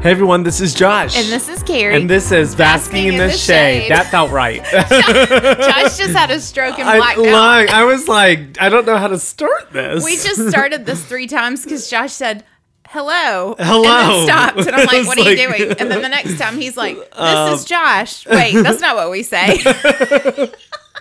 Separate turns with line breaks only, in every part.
Hey everyone, this is Josh.
And this is Carrie.
And this is Basking, in the, shade. That felt right.
Josh just had a stroke and
I,
blacked out.
like, I was like, I don't know how to start this.
We just started this three times because Josh said, hello.
Hello.
And then stopped. And I'm like,
It's
what are you
like- Um,
doing? And then the next time he's like, this is Josh. Wait, that's not what we say.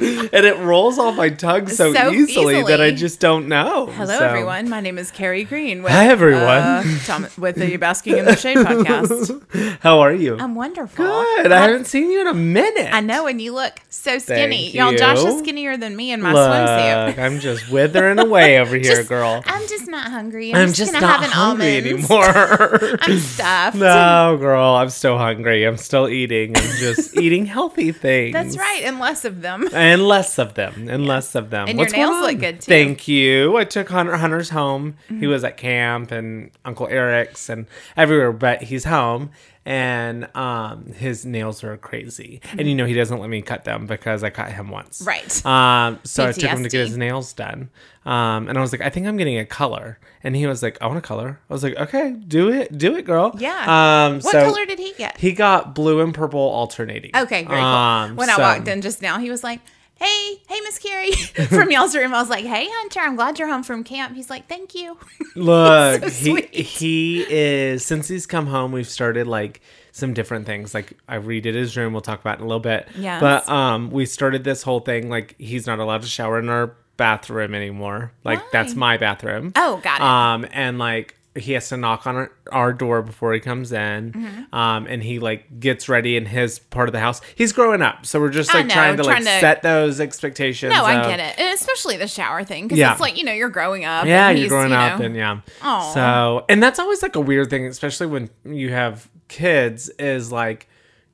and it rolls off my tongue so,
So
easily, that I
easily.
just don't know.
hello,
So-
everyone. My name is Carrie Green. With,
Hi, everyone.
uh, Tom, with the Basking in the Shade podcast.
How are you?
I'm wonderful.
good. I haven't seen you in a minute.
I know, and you look so skinny.
Thank
Y'all, Josh
you.
is skinnier than me in my swimsuit.
Look, I'm just withering away over here,
Just-
girl.
I'm just not hungry. I'm,
I'm
just,
just
gonna
not
have an
hungry
almond.
anymore.
I'm stuffed.
No, girl, I'm still hungry. I'm still eating. I'm just eating healthy things.
That's right, and less of them.
And less of them. And less of them.
And
What's
your nails
going on?
look good, too. Mm-hmm.
Thank you. I took Hunter Hunter's home. He was at camp and Uncle Eric's and everywhere, but he's home. And um, his nails are crazy. And you know, he doesn't let me cut them because I cut him once.
Mm-hmm. Right.
Um, so I took him to get
PTSD.
his nails done. Um, and I was like, I think I'm getting a color. And he was like, I want a color. I was like, okay, do it, do it, girl.
Yeah.
Um,
What
so
color did he get?
He got blue and purple alternating.
Okay, very
Um,
cool. When
so-
I walked in just now, he was like, "Hey, hey, Miss Carrie from y'all's room." I was like, "Hey, Hunter, I'm glad you're home from camp." He's like, "Thank you."
Look,
So
he
sweet.
he is since he's come home, we've started like some different things. Like I redid his room, we'll talk about it in a little bit.
Yes.
But um we started this whole thing like he's not allowed to shower in our bathroom anymore. Like that's my bathroom.
Oh, got it.
Um and like he has to knock on our, our door before he comes in.
Mm-hmm.
Um and he like gets ready in his part of the house. He's growing up, so we're just
I
like
know,
trying to
trying
like
to-
set those expectations.
No, I
of-
get it, and especially the shower thing because
Yeah.
it's like you know you're growing up.
yeah,
and
you're
he's,
growing
you
up
know-
and yeah.
Aw.
So, and that's always like a weird thing, especially when you have kids, is like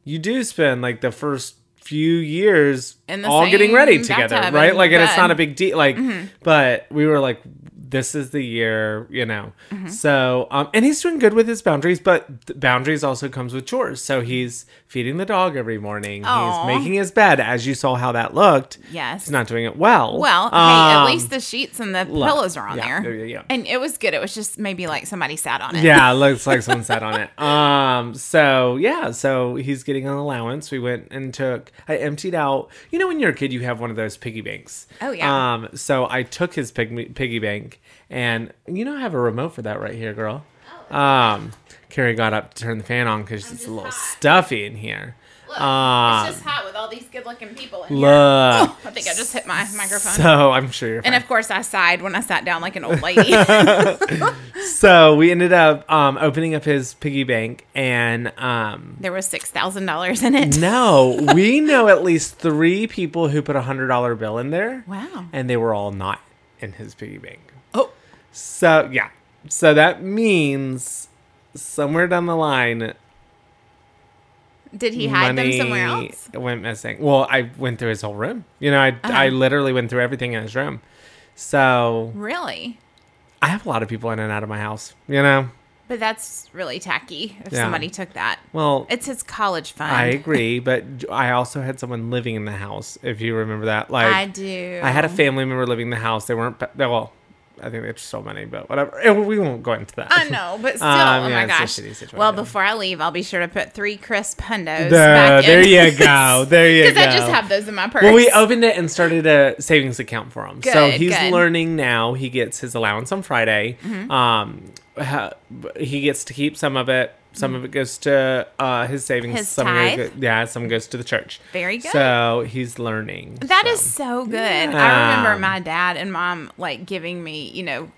you do spend like the first few years
In the
all getting ready
same
together,
bathtub
right?
and
Like, and it's
bed. Mm-hmm.
not a big deal. Like, but we were like, this is the year, you know.
Mm-hmm.
So, um, and he's doing good with his boundaries, but th- boundaries also comes with chores. So he's feeding the dog every morning.
Aw.
He's making his bed, as you saw how that looked.
Yes.
he's not doing it well.
Well, hey, at
Um,
least the sheets and the pillows are on
yeah,
there.
yeah, yeah.
And it was good. It was just maybe like somebody sat on it.
Yeah, it looks like someone sat on it. Um, so yeah, so he's getting an allowance. We went and took I emptied out you know when you're a kid you have one of those piggy banks.
Oh, yeah.
Um so I took his pig, piggy bank and you know I have a remote for that right here, girl. Um Carrie got up to turn the fan on because it's
Oh, just
a little
hot.
stuffy in here. um,
it's just hot with all these good-looking people in here.
look.
I think I just hit my microphone.
So I'm sure you're fine.
Oh, and of course, I sighed when I sat down like an old lady.
so we ended up um, opening up his piggy bank and um
there was six thousand dollars in it.
No, we know at least three people who put a hundred dollar bill in there.
Wow.
And they were all not in his piggy bank.
Oh,
So yeah. So that means somewhere down the line
did he hide
money
them somewhere else?
went missing. Well, I went through his whole room. You know, I I
Uh-huh.
literally went through everything in his room. So
Really?
I have a lot of people in and out of my house, you know?
But that's really tacky. If
Yeah.
somebody took that,
Well
it's his college fund.
I agree, but j- I also had someone living in the house, if you remember that. Like
I do.
I had a family member living in the house. They weren't. pa- they- Well, I think they stole money, but whatever. And we won't go into that.
I know, but still,
Um,
oh
yeah,
my
it's a
gosh.
shitty situation.
Well, before I leave, I'll be sure to put three crisp
There,
pundos. back
there
in.
you go. There you go.
Because I just have those in my purse.
Well, we opened it and started a savings account for him. so
Good,
he's
good. Mm-hmm.
learning now. He gets his allowance on Friday. Um, ha- he gets to keep some of it. Some of it goes to uh, his savings.
His
some of it
tithe?
go- yeah, some goes to the church.
Very good.
So he's learning.
That
so.
is so good. I
Yeah.
remember my dad and mom like giving me, you know,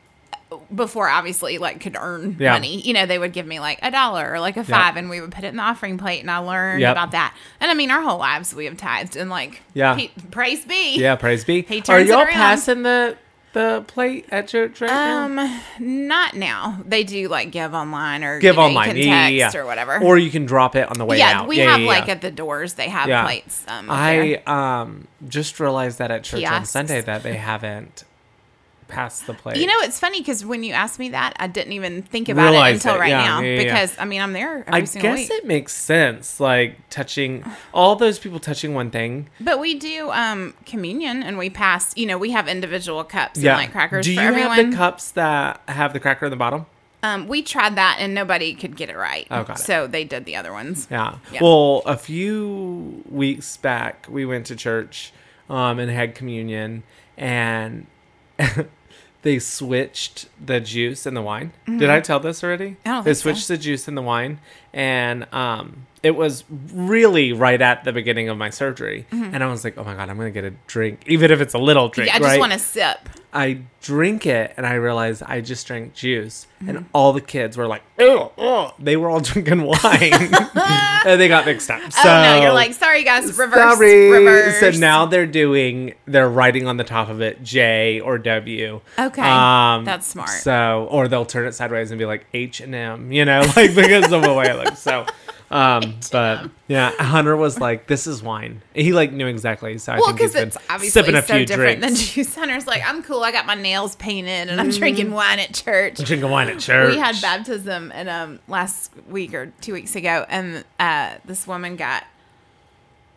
before obviously like could earn
Yeah.
money. You know, they would give me like a dollar or like a five, and we would put it in the offering plate, and I learned
Yep.
about that. And I mean, our whole lives we have tithed, and like,
Yeah.
pe- praise be.
Yeah, praise be.
He
Are
turns it
y'all
around.
passing the the plate at church right now?
Um, not now. They do like give online or
give
you know,
online
you can
yeah,
text
yeah, yeah.
or whatever.
or you can drop it on the way
yeah,
out
we have like at the doors they have
Yeah.
plates. Um, up there.
i um just realized that at church on
Kiosks.
sunday that they haven't passed the plate
You know, it's funny because when you asked me that, I didn't even think about
Realize
it until
it.
right
Yeah,
now
yeah, yeah, yeah.
because I mean I'm there every
i
single
guess
week.
it makes sense like touching all those people touching one thing
but we do um communion and we pass. You know, we have individual cups
yeah
and like crackers
do
for
you
everyone.
have the cups that have the cracker in the bottom
Um, we tried that and nobody could get it right.
Oh, got it.
so they did the other ones.
Yeah.
Yeah.
Well, a few weeks back, we went to church um, and had communion, and they switched the juice and the wine. Did I tell this already?
Mm-hmm. I don't
they
think so.
switched the juice and the wine, and um, it was really right at the beginning of my surgery, and I was like, "Oh my god, I'm gonna get a drink, even if it's a little drink."
Mm-hmm. Yeah, I just
right?
want to sip.
I drink it and I realize I just drank juice. And
Mm-hmm.
all the kids were like, ew, ew." They were all drinking wine. and they got mixed up. So,
oh no, you're like, sorry guys, reverse,
sorry.
reverse.
So now they're doing, they're writing on the top of it J or W. Um,
Okay. That's smart.
So, or they'll turn it sideways and be like H and M, you know, like because of the way I look. So, um, but yeah, Hunter was like, this is wine. He like knew exactly. So I
well,
think he's
because
been
it's obviously
sipping a
so
few
different
drinks. Mm-hmm.
than juice hunters. Like, I'm cool. I got my nails painted and I'm drinking wine at church.
Drinking wine at church.
We had baptism and um last week or two weeks ago, and uh this woman got,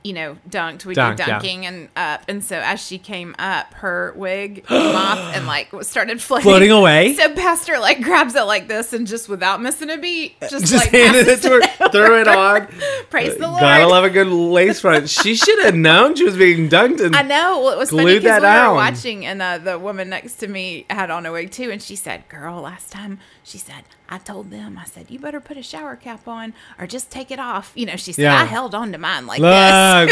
you know, dunked. We
Dunked,
did
yeah.
dunking and up, and so as she came up, her wig came off and like was- started floating,
Floating away?
So pastor like grabs it like this and just without missing a beat, just,
Uh, just
like
handed it
passes
to her, threw it on.
Praise the Lord.
Gotta love a good lace front. She should have known she was being dunked in.
I know. Well, it was funny
Glue
because
that
we
down.
were watching, and uh, the woman next to me had on a wig too, and she said, "Girl, last time she said I told them I said you better put a shower cap on or just take it off." You know, she said
Yeah.
I held on to mine like
Look.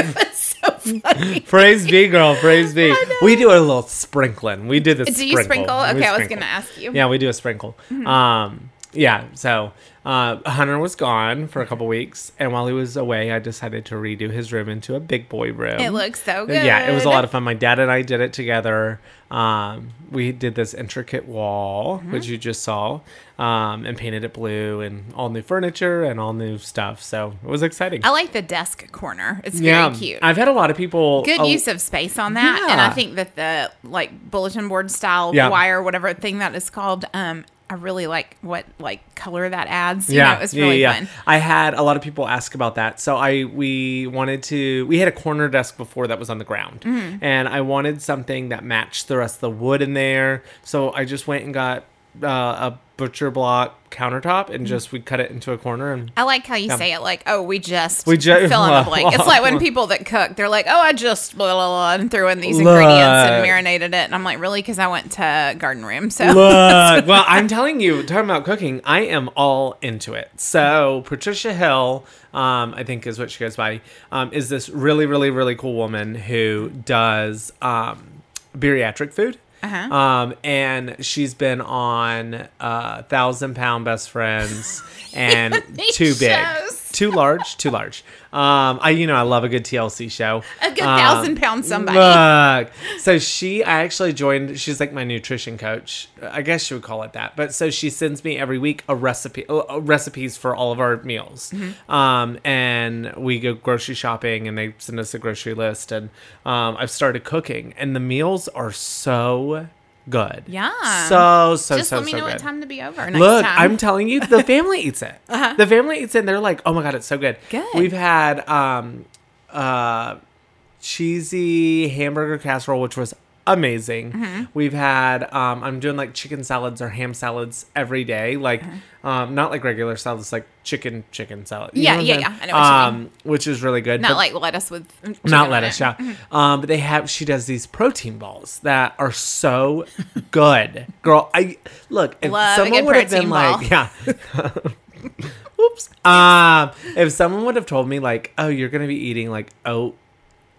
this. It's so funny.
Praise be, girl. Praise be.
I know.
We do a little sprinkling. We did this.
Do you sprinkle? Okay, I was gonna ask Mm-hmm. you.
Yeah, we do a sprinkle. Um, yeah. So uh, Hunter was gone for a couple weeks, and while he was away, I decided to redo his room into a big boy room.
It looks so good.
Yeah, it was a lot of fun. My dad and I did it together. Um, we did this intricate wall,
Mm-hmm.
which you just saw, um, and painted it blue and all new furniture and all new stuff. So it was exciting.
I like the desk corner. It's
yeah,
very cute.
I've had a lot of people.
Good
a-
use of space on that, and
Yeah.
I think that the like bulletin board style
Yeah.
wire, whatever thing that is called, um, I really like what like color that adds. You
Yeah,
know, it's really
yeah, yeah.
fun.
I had a lot of people ask about that. So I we wanted to we had a corner desk before that was on the ground,
Mm.
and I wanted something that matched the rest of the wood in there. So I just went and got uh, a butcher block countertop
Mm.
and just we cut it into a corner and
I like how you say it like, oh, we just
We ju-
fill in the blank. It's like when people that cook, they're like, oh, I just blah, blah, blah, and threw in these
Look.
ingredients and marinated it. And I'm like, really? Because I went to Garden Room. So
Look, well, I'm telling you, talking about cooking, I am all into it. So Patricia Hill, um, I think is what she goes by, um, is this really, really, really cool woman who does um, bariatric food.
Uh-huh.
Um, and she's been on uh, Thousand Pound Best Friends and
These
Too Big,
shows.
Too Large, Too Large. Um, I, you know, I love a good TLC show.
a good
Um,
thousand pound somebody.
Look. So she, I actually joined. She's like my nutrition coach. I guess you would call it that. But so she sends me every week a recipe, uh, recipes for all of our meals.
Mm-hmm.
Um, and we go grocery shopping, and they send us a grocery list. And um, I've started cooking, and the meals are so good.
Yeah.
So so
just
so
let me
so
know
good.
what time to be over. Next
Look,
time. Uh-huh.
I'm telling you, the family eats it. The family eats it, and they're like, "Oh my god, it's so good."
Good.
We've had um, uh, cheesy hamburger casserole, which was amazing.
Mm-hmm.
We've had um, I'm doing like chicken salads or ham salads every day, like um, not like regular salads, like chicken chicken salad. You
Uh-huh. Yeah,
know what
yeah,
I'm
yeah.
saying?
I know what you
um, which is really good.
not
but-
like lettuce with chicken
not
on
lettuce,
it.
yeah. Um, but they have she does these protein balls that are so good, girl. I look if
Love a
someone
good
would have
protein
been
ball.
like, yeah. Oops. Um, if someone would have told me like, oh, you're gonna be eating like oat,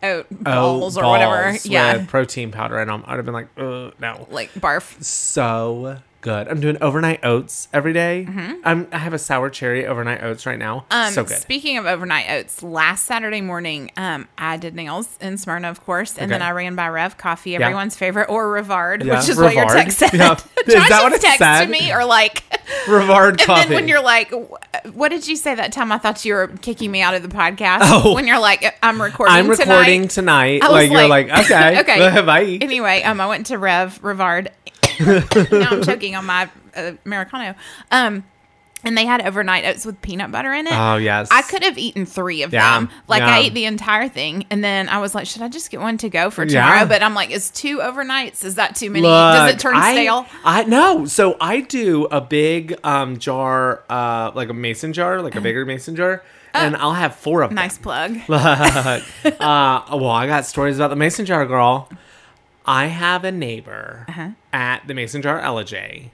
Oat
oat
Oh, balls or whatever.
Oh, balls
Yeah.
with protein powder, and I'd have been like, uh, no,
Like barf.
so good. I'm doing overnight oats every day. I'm I have a sour cherry overnight oats right now.
Mm-hmm. Um,
so good.
Speaking of overnight oats, last Saturday morning, um, I did nails in Smyrna, of course, and then
Okay.
I ran by Rev Coffee, everyone's favorite, or Rivard,
Yeah,
which is what your
Rivard.
text said.
Yeah. Is
Josh's
that what it
text
said?
to me, or like,
Rivard
and
coffee.
then when you're like, "Wh- what did you say that time? I thought you were kicking me out of the podcast.
Oh.
When you're like, I'm recording.
I'm recording
Tonight.
tonight.
I was
like, you're like, okay,
okay.
bye.
Anyway, um, I went to Rev Rivard. now I'm choking on my uh, Americano. Um, And they had overnight oats with peanut butter in it.
Oh, yes.
I could have eaten three of
Yeah,
them. Like I
yeah.
ate the entire thing, and then I was like, "Should I just get one to go for
Yeah.
tomorrow?" But I'm like, "Is two overnights? Is that too many? Does it
Look,
turn
I,
stale?"
I no. So I do a big um jar, uh, like a mason jar, like a bigger mason jar, and I'll have four of them.
Oh. Nice plug.
Look, uh, well, I got stories about the mason jar girl. I have a neighbor
Uh-huh.
at the mason jar LJ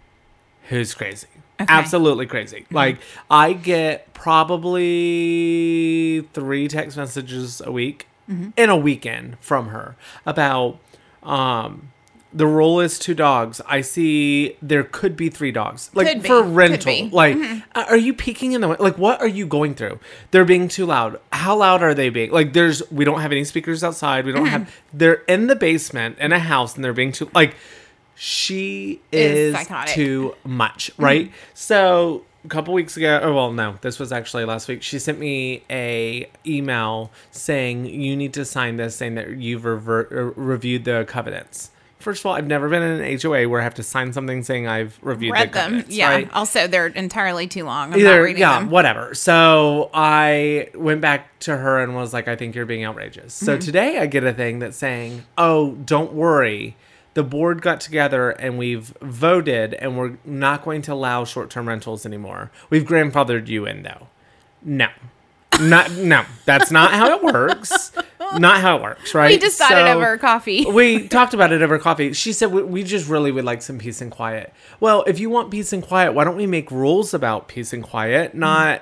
who's crazy. Absolutely crazy. Like, I get probably three text messages a week
Mm-hmm.
in a weekend from her about um, the rule is two dogs. I see there could be three dogs. Like,
Could be.
for
Could
rental.
be. Mm-hmm.
Like, uh, are you peeking in the wi- like? What are you going through? They're being too loud. How loud are they being? Like, there's we don't have any speakers outside. We don't
Mm-hmm.
have. They're in the basement in a house, and they're being too like. She
Is
is
psychotic. Mm-hmm.
too much, right? So a couple weeks ago, oh well, no, this was actually last week. She sent me a email saying you need to sign this, saying that you've rever- er, reviewed the covenants. First of all, I've never been in an HOA where I have to sign something saying I've reviewed the
Read them.
covenants,
Yeah.
right?
Also, they're entirely too long. I'm not
either
reading
yeah
them.
whatever so i went back to her and was like i think you're being outrageous so
Mm-hmm.
today i get a thing that's saying oh don't worry the board got together and we've voted and we're not going to allow short-term rentals anymore we've grandfathered you in though no not no that's not how it works not how it works right
We decided
So-
over coffee.
we talked about it over coffee. She said, we, we just really would like some peace and quiet. Well, if you want peace and quiet, why don't we make rules about peace and
Mm-hmm.
quiet, not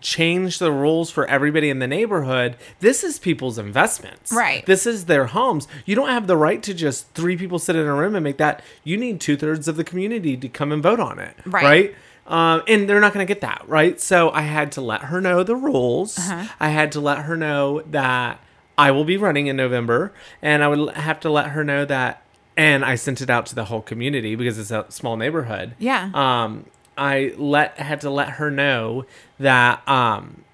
change the rules for everybody in the neighborhood? This is people's investments.
Right.
This is their homes. You don't have the right to just three people sit in a room and make that. You need two thirds of the community to come and vote on it.
Right.
Right. Um, and they're not going to get that, right? So I had to let her know the rules.
Uh-huh.
I had to let her know that I will be running in November, and I would l- have to let her know that. And I sent it out to the whole community because it's a small neighborhood.
Yeah.
Um, I let had to let her know that um,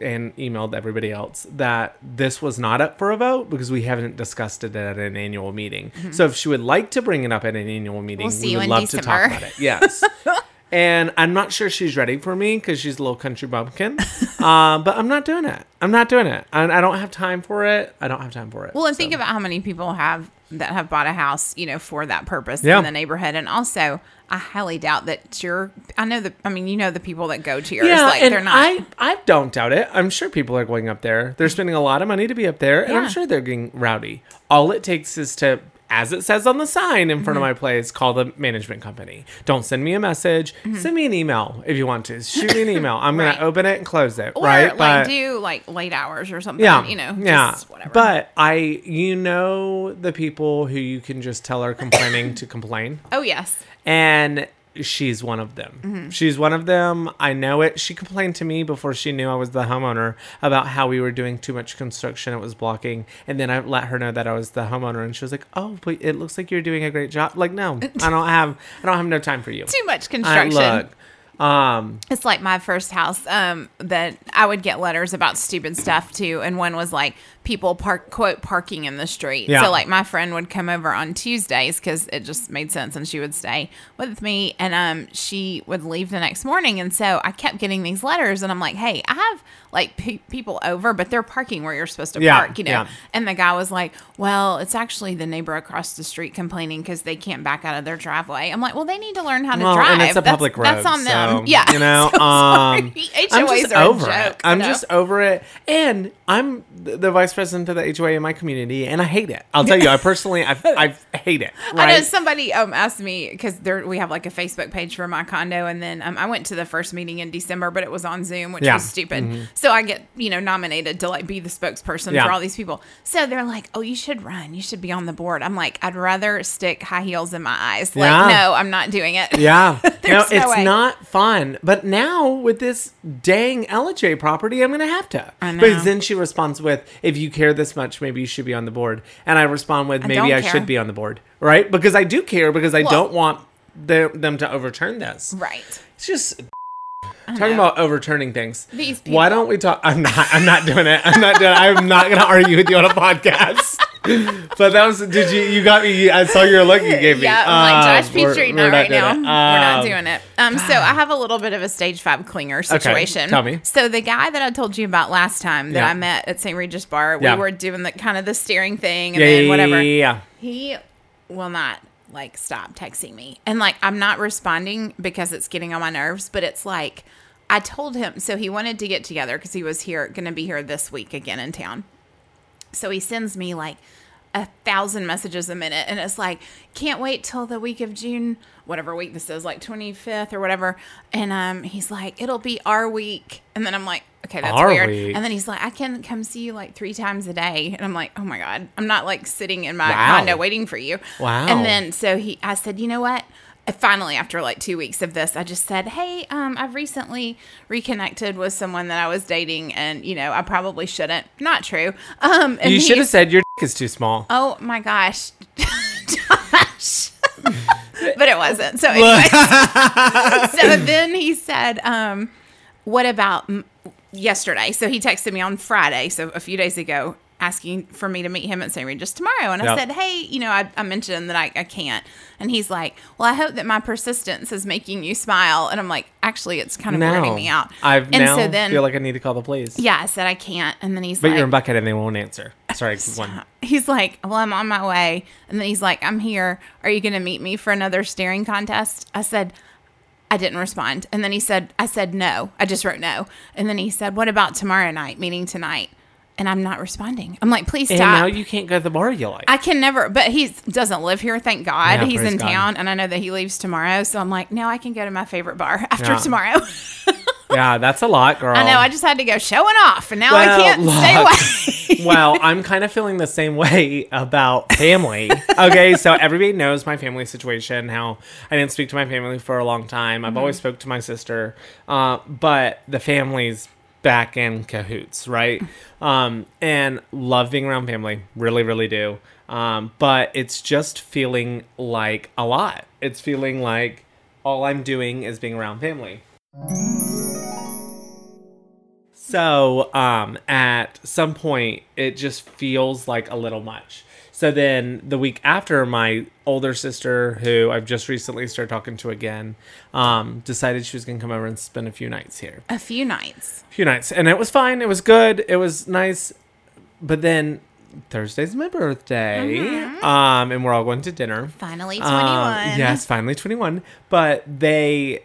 and emailed everybody else that this was not up for a vote because we haven't discussed it at an annual meeting. So if she would like to bring it up at an annual meeting,
Mm-hmm. see
we
you
would
in
love
December.
to talk about it. Yes. and I'm not sure she's ready for me because she's a little country bumpkin. uh, but I'm not doing it. I'm not doing it. I, I don't have time for it. I don't have time for it.
Well, and
So-
think about how many people have that have bought a house, you know, for that purpose
Yeah.
in the neighborhood. And also, I highly doubt that your I know the I mean, you know the people that go to yours,
yeah,
like
and
they're not
I, I don't doubt it. I'm sure people are going up there. They're spending a lot of money to be up there, and
Yeah.
I'm sure they're getting rowdy. All it takes is to, as it says on the sign in front
Mm-hmm.
of my place, call the management company. Don't send me a message. Send me an email if you want to. Shoot me an email. I'm
Mm-hmm. Right.
gonna open it and close it.
or
right,
like do like late hours or something.
yeah,
you know,
yeah,
just whatever.
But I, you know, the people who you can just tell are complaining to complain
oh yes,
and she's one of them.
Mm-hmm.
She's one of them. I know it. She complained to me before she knew I was the homeowner about how we were doing too much construction. It was blocking. And then I let her know that I was the homeowner and she was like, "Oh, but it looks like you're doing a great job." Like, "No. I don't have I don't have no time for you."
too much
I,
construction.
look. Um,
It's like my first house um, that I would get letters about stupid stuff too, and one was like people park quote parking in the street.
Yeah.
So like my friend would come over on Tuesdays because it just made sense, and she would stay with me, and um she would leave the next morning, and so I kept getting these letters, and I'm like, hey, I have like pe- people over, but they're parking where you're supposed to
Yeah,
park, you know,
yeah.
and the guy was like, "Well, it's actually the neighbor across the street complaining because they can't back out of their driveway." I'm like, "Well, they need to learn how to
well,
drive.
and it's a
That's-
public road.
That's on
so,
them. yeah,
You know,
So sorry.
um,
HOAs
I'm just
are
over
a joke. uh,
it. I'm
you know?
just over it. And I'm the, the vice president of the HOA in my community, and I hate it. I'll tell you, I personally, I, I hate it. Right?
I know somebody um, asked me because there we have like a Facebook page for my condo, and then um, I went to the first meeting in December, but it was on Zoom, which
Yeah. Mm-hmm.
was stupid. So I get you know nominated to like be the spokesperson
Yeah.
for all these people. So they're like, "Oh, you should run. You should be on the board." I'm like, "I'd rather stick high heels in my eyes." Like,
Yeah.
no, I'm not doing it.
Yeah. no,
There's
it's
no way.
not fun. But now with this dang LJ property, I'm going to have to.
I know.
Because then she responds with, if you care this much, maybe you should be on the board. And I respond with, maybe
don't
I
care.
should be on the board. Right? Because I do care because I
Well-
don't want the, them to overturn this.
Right.
It's just talking about overturning things.
These
Why don't we talk? I'm not. I'm not doing it. I'm not doing. It. I'm not going to argue with you on a podcast. But that was did you you got me I saw your look you gave me.
Yeah, I'm like Josh
Um, we're-
Petrie,
we're
not right
doing
now.
it.
we're not
Um,
doing it. Um, so I have a little bit of a stage five clinger situation.
tell me.
So the guy that I told you about last time that
Yeah.
I met at St. Regis Bar, we
Yeah.
were doing the kind of the steering thing and
Yeah,
then
yeah, yeah,
whatever.
yeah.
He will not like stop texting me, and like I'm not responding because it's getting on my nerves. But it's like I told him. So he wanted to get together because he was here, going to be here this week again in town. So he sends me like a thousand messages a minute, and it's like, can't wait till the week of June, whatever week this is, like 25th or whatever. And um, he's like, it'll be our week. And then I'm like, okay, that's
Our
weird.
week?
And then he's like, I can come see you like three times a day. And I'm like, oh my God, I'm not like sitting in my
Wow.
condo waiting for you.
Wow.
And then so he, I said, you know what? And Finally, after like two weeks of this, I just said, "Hey, um, I've recently reconnected with someone that I was dating, and you know, I probably shouldn't. Not true. Um, and
You should
he's-
have said your dick is too small.
Oh my gosh, Josh. but it wasn't. So anyway, so then he said, um, "What about m- yesterday?" So he texted me on Friday, so a few days ago, asking for me to meet him at St. Regis tomorrow. And I
Yeah.
said, "Hey, you know, I, I mentioned that I, I can't." And he's like, "Well, I hope that my persistence is making you smile." And I'm like, "Actually, it's kind of weirding me out."
I've
and
now
so then,
feel like I need to call the police.
yeah, I said I can't. And then he's
But
like,
you're in bucket and they won't answer. Sorry, one.
He's like, Well, I'm on my way. And then he's like, I'm here. Are you going to meet me for another staring contest? I said, I didn't respond. And then he said, I said no. I just wrote no. And then he said, What about tomorrow night, meeting tonight? And I'm not responding. I'm like, Please
And
stop.
now you can't go to the bar you like.
I can never, but he doesn't live here. Thank God
Yeah,
he's
praise
in
God.
town, and I know that he leaves tomorrow. So I'm like, now I can go to my favorite bar after
Yeah.
tomorrow.
yeah, that's a lot, girl.
I know I just had to go showing off, and now
Well,
I can't
look.
stay away.
well, I'm kind of feeling the same way about family. Okay, so everybody knows my family situation. How I didn't speak to my family for a long time. I've always spoke to my sister, uh, but the family's back in cahoots, right? Um, and love being around family, really, really do. Um, but it's just feeling like a lot. It's feeling like all I'm doing is being around family. So, um, at some point, it just feels like a little much. So then, the week after, my older sister, who I've just recently started talking to again, um, decided she was going to come over and spend a few nights here.
a few nights.
A few nights, and it was fine. It was good. It was nice. But then Thursday's my birthday, um, and we're all going to dinner.
Finally,
Um,
21.
yes, finally 21. But they,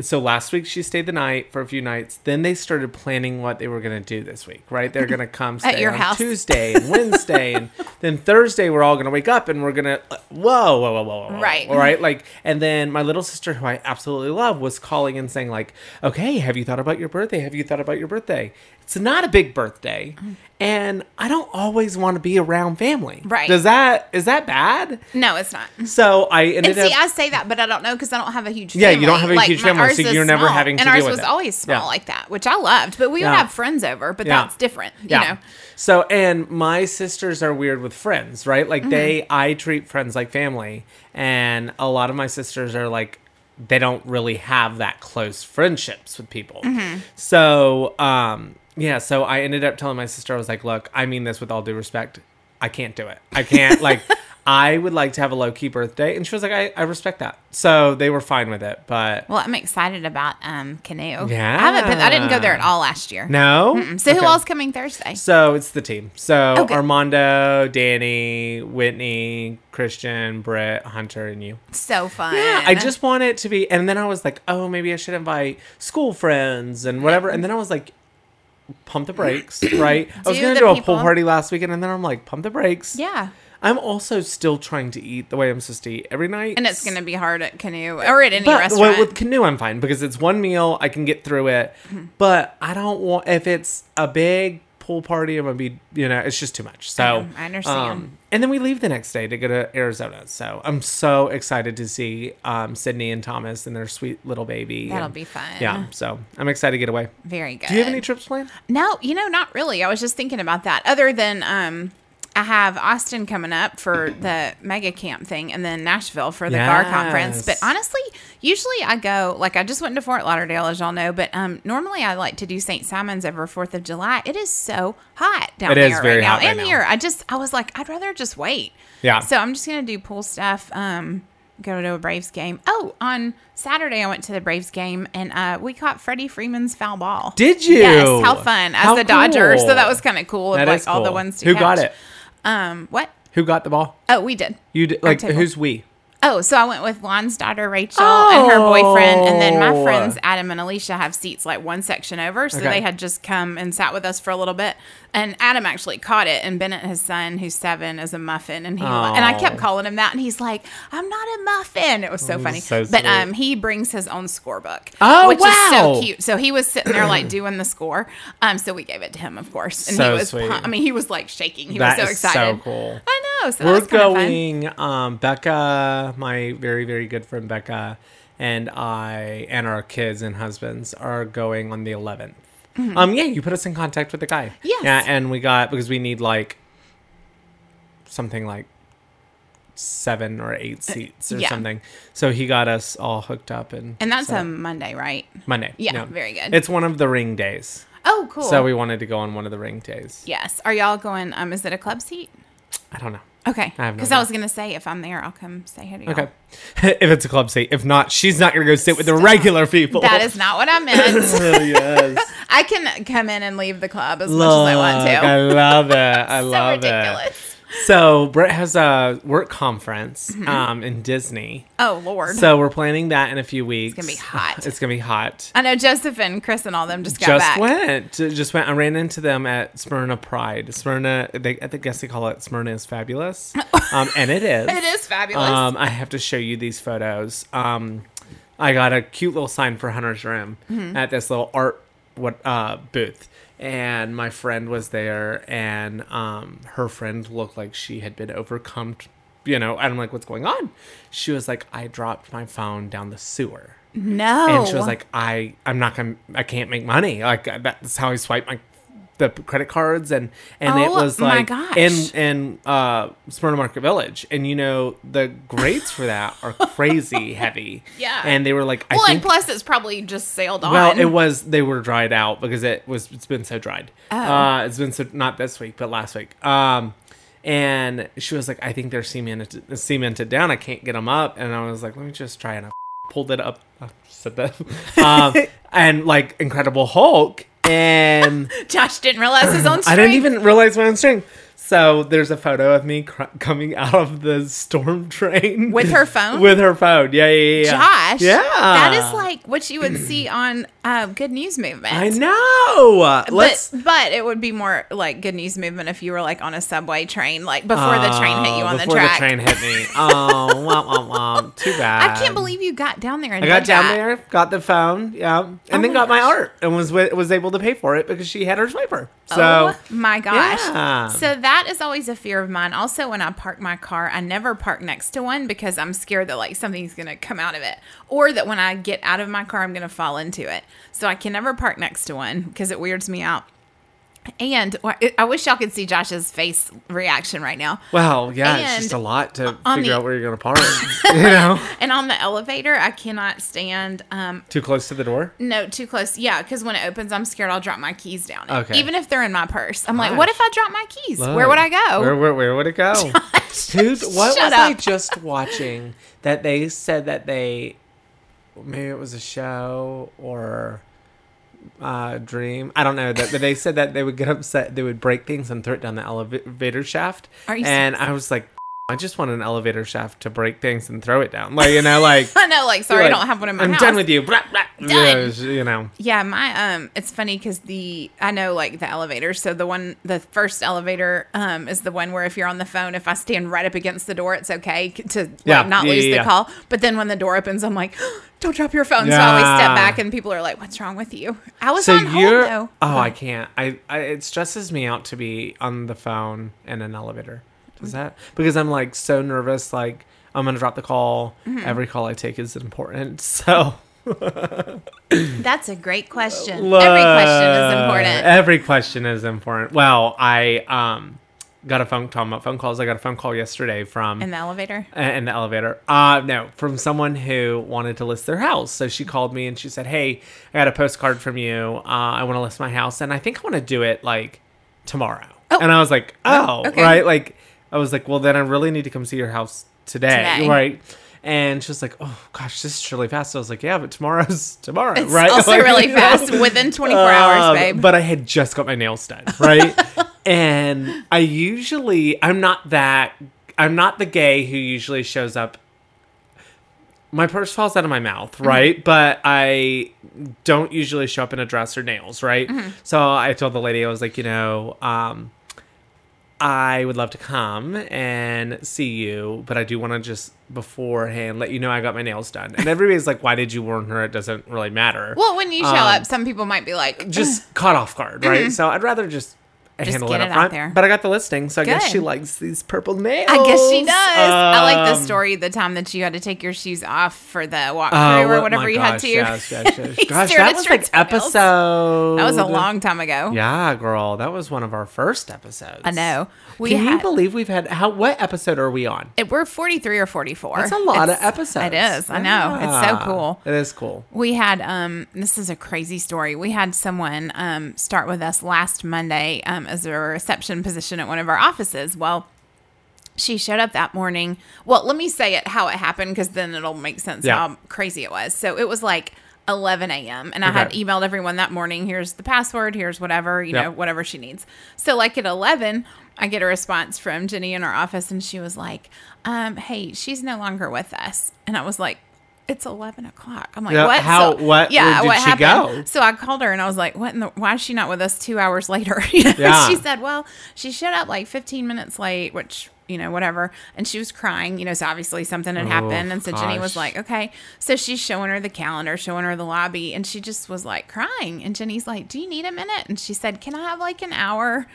so last week she stayed the night for a few nights. Then they started planning what they were going to do this week, right? They're going to come stay
your
on
house.
Tuesday and Wednesday. and then Thursday, we're all going to wake up and we're going to, whoa, whoa, whoa, whoa, whoa.
Right.
All right. Like, and then my little sister, who I absolutely love, was calling and saying, like, okay, have you thought about your birthday? Have you thought about your birthday? It's not a big birthday.
Mm.
And I don't always want to be around family.
Right.
Does that, is that bad?
No, it's not.
So I ended
And see,
up.
I say that, but I don't know because I don't have a huge family.
Yeah, you don't have a
Like,
huge
my-
family,
ours
so
is
you're never
small,
having to
And
deal
ours
with
was
it.
always small
Yeah.
like that, which I loved. But we would
Yeah.
have friends over, but
Yeah.
that's different, you
yeah.
know.
So and my sisters are weird with friends, right? Like they,
Mm-hmm.
I treat friends like family, and a lot of my sisters are like, they don't really have that close friendships with people.
Mm-hmm.
So um, yeah. So I ended up telling my sister, I was like, look, I mean this with all due respect, I can't do it. I can't like. I would like to have a low key birthday, and she was like, I, "I respect that." So they were fine with it, but
Well, I'm excited about um canoe.
Yeah.
I haven't been. I didn't go there at all last year.
no.
So who
Okay.
all's coming Thursday?
So it's the team. So
Okay.
Armando, Danny, Whitney, Christian, Britt, Hunter, and you.
So fun.
Yeah, I just want it to be. And then I was like, oh, maybe I should invite school friends and whatever. And then I was like, pump the brakes, right? I was
Do
going
the
to do a
people.
pool party last weekend, and then I'm like, pump the brakes.
Yeah.
I'm also still trying to eat the way I'm supposed to eat every night.
And it's gonna be hard at canoe or at any
But
restaurant.
well, with canoe, I'm fine because it's one meal. I can get through it. But I don't want if it's a big pool party. I'm gonna be, you know, it's just too much. So um,
know. I understand.
and then we leave the next day to go to Arizona. So I'm so excited to see um, Sydney and Thomas and their sweet little baby.
That'll
and-
be fun.
Yeah. So I'm excited to get away.
Very good.
Do you have any trips planned?
No, you know, not really. I was just thinking about that. Other than um I have Austin coming up for the mega camp thing and then Nashville for the
Yes.
GAR conference. But honestly, usually I go, like, I just went to Fort Lauderdale, as y'all know, but um, normally I like to do St. Simon's every 4th of July. It is so hot down
It
there
is very
right now.
hot right
and
now.
here, I just, I was like, I'd rather just wait.
Yeah.
So I'm just going to do pool stuff. Um, Go to a Braves game. Oh, on Saturday I went to the Braves game and uh, we caught Freddie Freeman's foul ball.
Did you?
Yes, how fun as
How
a Dodger. So
cool.
that was kind of cool. Of
That
like
is
all the
cool.
ones to
Who got
catch.
it?
Um, what?
Who got the ball?
Oh, we did.
You d like
table.
who's we?
Oh, so I went with Lon's daughter Rachel and her boyfriend, and then my
Oh.
friends Adam and Alicia have seats like one section over, so
Okay.
they had just come and sat with us for a little bit. And Adam actually caught it, and Bennett, his son, who's seven, is a muffin, and he and I kept
Oh. Mm,
calling him that, and he's like, "I'm not a muffin." It was so funny,
so
but
sweet.
um, he brings his own scorebook,
Oh,
which is so
wow.
cute. So he was sitting there like doing the score, um, so we gave it to him, of course, and
So
he was,
sweet.
pu- I mean, he was like shaking, he
That
was so
is so
excited.
cool.
I know. So that
We're
was kinda fun.
going. Um, Becca, my very very good friend Becca, and I and our kids and husbands are going on the 11th. Um, yeah, you put us in contact with the guy.
Mm-hmm. Yes.
Yeah, and we got because we need like something like seven or eight seats or
Uh, yeah.
something. So he got us all hooked up and
And that's
so-
a Monday, right?
Monday.
yeah, very good.
It's one of the ring days.
Oh, cool.
So we wanted to go on one of the ring days.
yes. Are y'all going? Um, is it a club seat?
I don't know.
Okay.
I have no
Because I
idea.
was gonna say if I'm there, I'll come say hi to y'all.
Okay. if it's a club seat. If not, she's not going to go sit with the regular people.
That is not what I meant.
Oh, yes.
I can come in and leave the club as
Look,
much as I want to.
I love it. I love it.
ridiculous.
So Brett has a work conference
Mm-hmm.
um, in Disney.
Oh Lord.
So we're planning that in a few weeks.
gonna be hot.
It's going to be hot.
I know Joseph and Chris and all them just got
just
back.
went. Just went. I ran into them at Smyrna Pride. Smyrna, they, I think- guess they call it Smyrna is fabulous. Um, and it is.
It is fabulous.
Um, I have to show you these photos. Um, I got a cute little sign for Hunter's Room at this little art what uh, booth, and my friend was there, and um, her friend looked like she had been overcome. t- You know, and I'm like, what's going on? She was like, I dropped my phone down the sewer.
no.
And she was like, I, I'm not gonna, I can't make money. Like that's how I swipe my, the credit cards, and and it
Oh,
was
my
like
gosh.
in in uh, Smyrna Market Village, and you know the grades for that are crazy heavy.
Yeah.
and they were like, I
Well,
think.
and plus it's probably just sailed on.
well, it was they were dried out because it was it's been so dried.
Oh.
Uh, it's been so not this week, but last week. Um, and she was like, I think they're cemented cemented down. I can't get them up, and I was like, let me just try and I pulled it up. I said that, um, and like Incredible Hulk and.
Josh didn't realize his own.
I didn't
strength.
even realize my own string. So there's a photo of me cr- coming out of the storm train
With her phone?
with her phone. Yeah, yeah, yeah.
Josh.
Yeah,
That is like what you would see on uh, Good News Movement.
I know. Let's.
but but it would be more like good news movement if you were like on a subway train, like before the train hit you
Oh,
on the
before
track.
the train hit me. Oh, womp womp womp. Too bad.
I can't believe you got down there and
I got
did
down
that. Oh
there, got the phone, yeah, and then
my
got my art, and was wi- was able to pay for it because she had her swiper. So
oh my gosh.
Yeah.
So that is always a fear of mine. Also, when I park my car, I never park next to one because I'm scared that like something's going to come out of it or that when I get out of my car, I'm going to fall into it. So I can never park next to one because it weirds me out. And or- I wish y'all could see Josh's face reaction right now.
well, yeah, it's just
And
a lot to
on
figure
the-
out where you're gonna park. you know,
And on the elevator, I cannot stand um,
too close to the door.
No, too close. Yeah, because when it opens, I'm scared I'll drop my keys down. it.
Okay.
Even if they're in my purse, I'm like,
Gosh.
what if I drop my keys? Where would I go?
Where, where, where would it go? Dude, what
shut
was I
up.
just watching that they said that they maybe it was a show or uh dream i don't know that that they said that they would get upset they would break things and throw it down the elevator shaft
Are you
and i was like i just want an elevator shaft to break things and throw it down like you know like
I know, like, sorry,
like,
I don't have one in my
i'm
house.
done with you blah, blah.
Done.
Yeah, it's, you know
yeah, my um, it's funny because the I know like the elevators. So the one, the first elevator um is the one where if you're on the phone, if I stand right up against the door, it's okay c- to like,
Yeah.
not
Yeah,
lose
yeah,
the
yeah.
call. But then when the door opens, I'm like, don't drop your phone. So I always step
Yeah.
back, and people are like, what's wrong with you? I was
so
on hold
you're
though.
oh i can't I, I it stresses me out to be on the phone in an elevator
Mm.
does that because i'm like so nervous like i'm gonna drop the call
Mm-hmm.
every call i take is important so
That's a great question. Every question is important.
every question is important well i um got a phone call. About phone calls. I got a phone call yesterday from
in the elevator.
in the elevator. Uh, no, from someone who wanted to list their house. So she called me and she said, "Hey, I got a postcard from you. Uh, I want to list my house, and I think I want to do it like tomorrow."
Oh.
And I was like, "Oh,
okay.
right." Like, I was like, "Well, then I really need to come see your house today,
Today.
right?" And she was like, "Oh gosh, this is really fast." I was like, "Yeah, but tomorrow's tomorrow,
It's
right?"
also
Like,
really
you know?
fast within 24
Um,
hours, babe.
But I had just got my nails done, right? and I usually I'm not that I'm not the gay who usually shows up. My purse falls out of my mouth,
Mm-hmm.
right? But I don't usually show up in a dress or nails, right?
Mm-hmm.
So I told the lady I was like, you know, um I would love to come and see you, but I do want to just beforehand let you know I got my nails done. And everybody's like, why did you warn her? It doesn't really matter
well, when you show
um,
up, some people might be like, "Mm,
just caught off guard, right? So I'd rather just, handle
Mm-hmm. get
it up
it out
front.
there.
But I got the listing, so I guess
Good.
she likes these purple nails.
I guess she does. I like the
Um,
story the time that you had to take your shoes off for the walkthrough
Oh,
or
what-
whatever
my
you had
gosh,
to.
Yes, yes, yes.
He
gosh,
stared
that was
at
like
straight toenails.
episode.
That was a long time ago.
Yeah, girl, that was one of our first episodes.
I know. We
Can you
had-
believe we've had how? What episode are we on?
It, we're 43 or 44.
That's a lot
It's-
of episodes.
It is. I know. It's
Yeah.
so cool.
It is cool.
We had um this is a crazy story. We had someone um start with us last Monday um as a reception position at one of our offices. Well, she showed up that morning. Well, let me say it how it happened because then it'll make sense
Yeah.
how crazy it was. So it was like 11 a.m. and I had
Okay.
emailed everyone that morning. Here's the password. Here's whatever you
Yeah.
know, whatever she needs. So like at 11, I get a response from Jenny in our office, and she was like, um, "Hey, she's no longer with us." And I was like, "It's 11 o'clock." I'm like,
Yeah,
"What?
how- what- where did she go?
So I called her and I was like, "What? In the, why is she not with us two hours later?" You know?
Yeah.
she said, "Well, she showed up like 15 minutes late, which you know, whatever." And she was crying, you know, so obviously something had
Oh,
happened. And so Jenny was
gosh.
like, "Okay." So she's showing her the calendar, showing her the lobby, and she just was like crying. And Jenny's like, "Do you need a minute?" And she said, "Can I have like an hour?"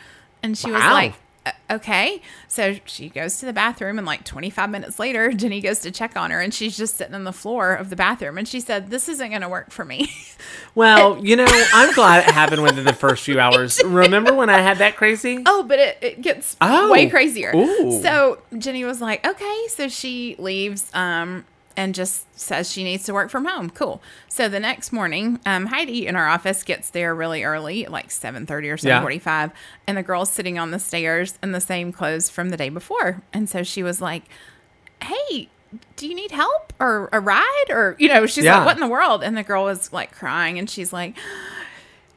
And she was
Wow.
like. "Uh, Okay, so she goes to the bathroom, and like 25 minutes later, Jenny goes to check on her, and she's just sitting on the floor of the bathroom. And she said, This isn't going to work for me.
Well, you know, I'm glad it happened within the first few hours. Remember when I had that crazy?
Oh, but it, it gets
Oh.
way crazier.
Ooh.
So Jenny was like, okay. So she leaves um, and just says she needs to work from home. Cool. So the next morning, um, Heidi in our office gets there really early, like 7.30 or
Yeah.
7.45. And the girl's sitting on the stairs in the same clothes from the day before. And so she was like, hey, do you need help or a ride? Or, you know, she's
Yeah.
like, what in the world? And the girl was like crying and she's like,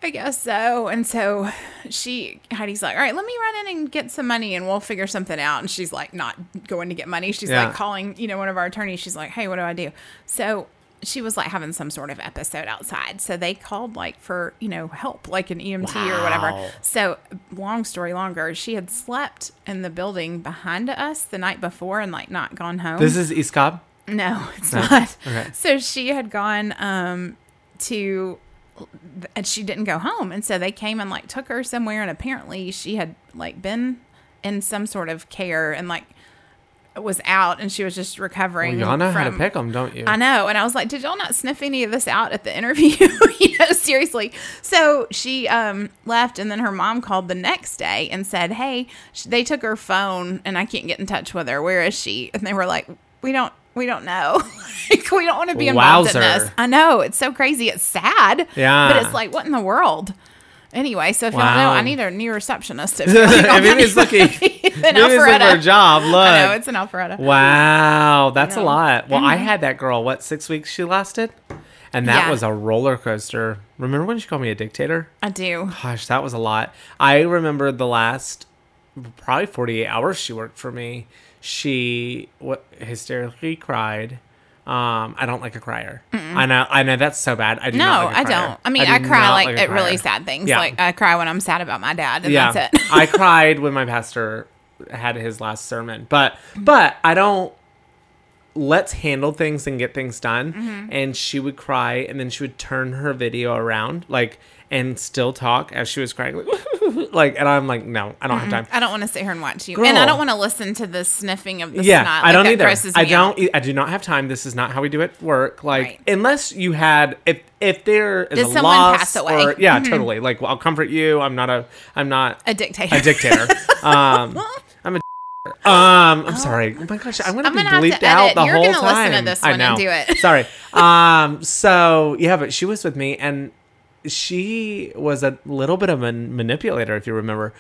I guess so. And so she, Heidi's like, all right, let me run in and get some money and we'll figure something out. And she's like, not going to get money. She's
Yeah.
like calling, you know, one of our attorneys. She's like, hey, what do I do? So she was like having some sort of episode outside. So they called like for, you know, help, like an EMT or
Wow.
whatever. So, long story longer, she had slept in the building behind us the night before and like not gone home.
This is East Cobb.
No, it's not.
Okay.
So she had gone um, to, and she didn't go home, and so they came and like took her somewhere, and apparently she had like been in some sort of care and like was out, and she was just recovering.
Well, y'all know
from,
how to pick them, don't you?
I know. And I was like, did y'all not sniff any of this out at the interview? you know, seriously. So she um, left, and then her mom called the next day and said, hey, sh- they took her phone, and I can't get in touch with her. Where is she? And they were like, we don't. We don't know. like, we don't want to be involved in
Wowzer.
this. I know. It's so crazy. It's sad.
Yeah.
But it's like, what in the world? Anyway, so if y'all know,
Wow.
I need a new receptionist. If
If anybody's looking,
an
Maybe it's like our
Alpharetta.
job. Look.
I know. It's an Alpharetta.
wow, that's a
know. Mm-hmm.
lot. Well, I had that girl. What six weeks she lasted, and that
Yeah.
was a roller coaster. Remember when she called me a dictator?
I do.
Gosh, that was a lot. I remember the last probably forty-eight hours she worked for me. She what hysterically cried. Um, I don't like a crier. I know. I know that's so bad. I do
No,
not like a
I
crier.
don't. I mean,
do
I, cry
not
like,
a
at really
crier.
sad things.
Yeah.
Like I cry when I'm sad about my dad, and that's it.
I cried when my pastor had his last sermon, but but I don't. Let's handle things and get things done.
Mm-hmm.
And she would cry, and then she would turn her video around, like, and still talk as she was crying, like, like and I'm like, no, I don't have time.
I don't want to sit here and watch you, and I
Girl.
don't want to listen to the sniffing of the
yeah,
snot.
I
Like,
don't
that
either.
grosses
I
me out.
don't. e, I do not have time. This is not how we do it at work. Like
Right.
unless you had if if there is
Did
a
someone
loss
pass away? Mm-hmm.
or yeah, totally. Like well, I'll comfort you. I'm not a. I'm not
A dictator.
a dictator. um, Um, I'm sorry. Oh my gosh, I'm gonna
I'm
be
gonna have to
bleeped out
edit.
the
You're
whole
gonna listen
time.
to this
I
one and
know.
do it.
sorry. Um, so yeah, but she was with me, and she was a little bit of a manipulator, if you remember.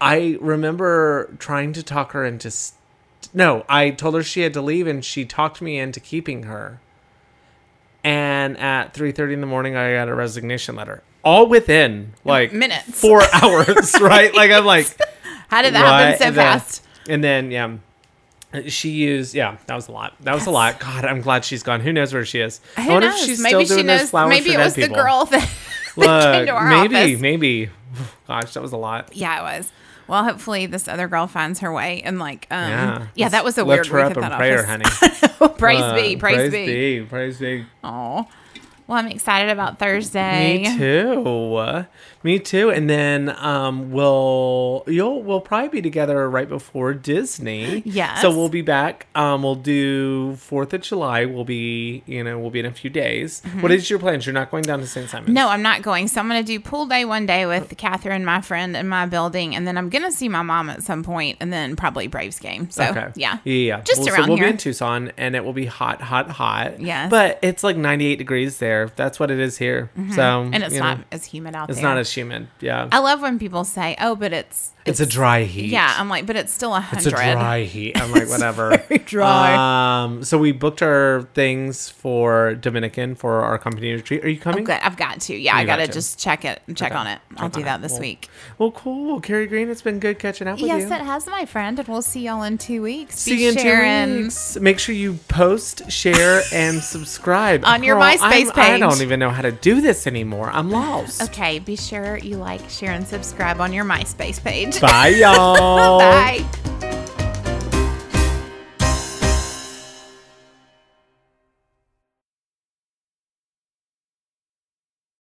I remember trying to talk her into. St- no, I told her she had to leave, and she talked me into keeping her. And at 3:30 in the morning, I got a resignation letter. All within like
Minutes.
four hours, right? Like I'm like.
How did that
Right,
happen so
the-
fast?
And then yeah, she used yeah. That was a lot. That was a lot. God, I'm glad she's gone. Who knows where she is?
Who
I wonder
knows?
if she's
maybe
still
she
doing those
knows.
flowers
Maybe
for
it
dead
was the
people.
girl that, that came
Look,
to our
maybe,
office.
maybe. Gosh, that was a lot.
Yeah, it was. Well, hopefully this other girl finds her way and like um
Yeah.
yeah, that was a
Lift
weird
her
week
up
at
in
that
prayer,
office.
honey.
praise
Uh,
be, praise, be.
be, praise be.
Oh. Well, I'm excited about Thursday.
Me too. Me too. And then um, we'll you'll we'll probably be together right before Disney.
Yes.
So we'll be back. Um, we'll do Fourth of July. We'll be you know we'll be in a few days. What is your plans? You're not going down to St. Simon's.
Mm-hmm. No, I'm not going. So I'm going to do pool day one day
Oh.
with Catherine, my friend, in my building, and then I'm going to see my mom at some point, and then probably Braves game. So
Okay.
yeah,
Yeah. yeah.
just
Well, so
around
we'll
here.
be in Tucson, and it will be hot, hot, hot.
Yes.
But it's like 98 degrees there. That's what it is here. So
Mm-hmm. and it's
you
not
know,
as humid out
it's
there.
not as humid. Yeah.
I love when people say, "Oh, but it's
it's, a dry heat.
yeah." I'm like, but it's still a
It's a
hundred.
dry heat. I'm like, whatever.
very dry.
Um, so we booked our things for Dominican for our company retreat. Are you coming?
I'm good. I've got to. Yeah, I
You got
gotta
to.
just check it, check on it. I'll
Check
do
on
that
it.
this
We'll-
week.
Well, cool. Carrie Green, it's been good catching up with
Yes,
you.
it has, my friend, and we'll see y'all in two weeks.
See you in
sharing-
two weeks. Make sure you post, share, and subscribe
On your MySpace
I'm- I don't
page.
even know how to do this anymore. I'm lost.
Okay, be sure you like, share, and subscribe on your MySpace page.
Bye, y'all.
Bye.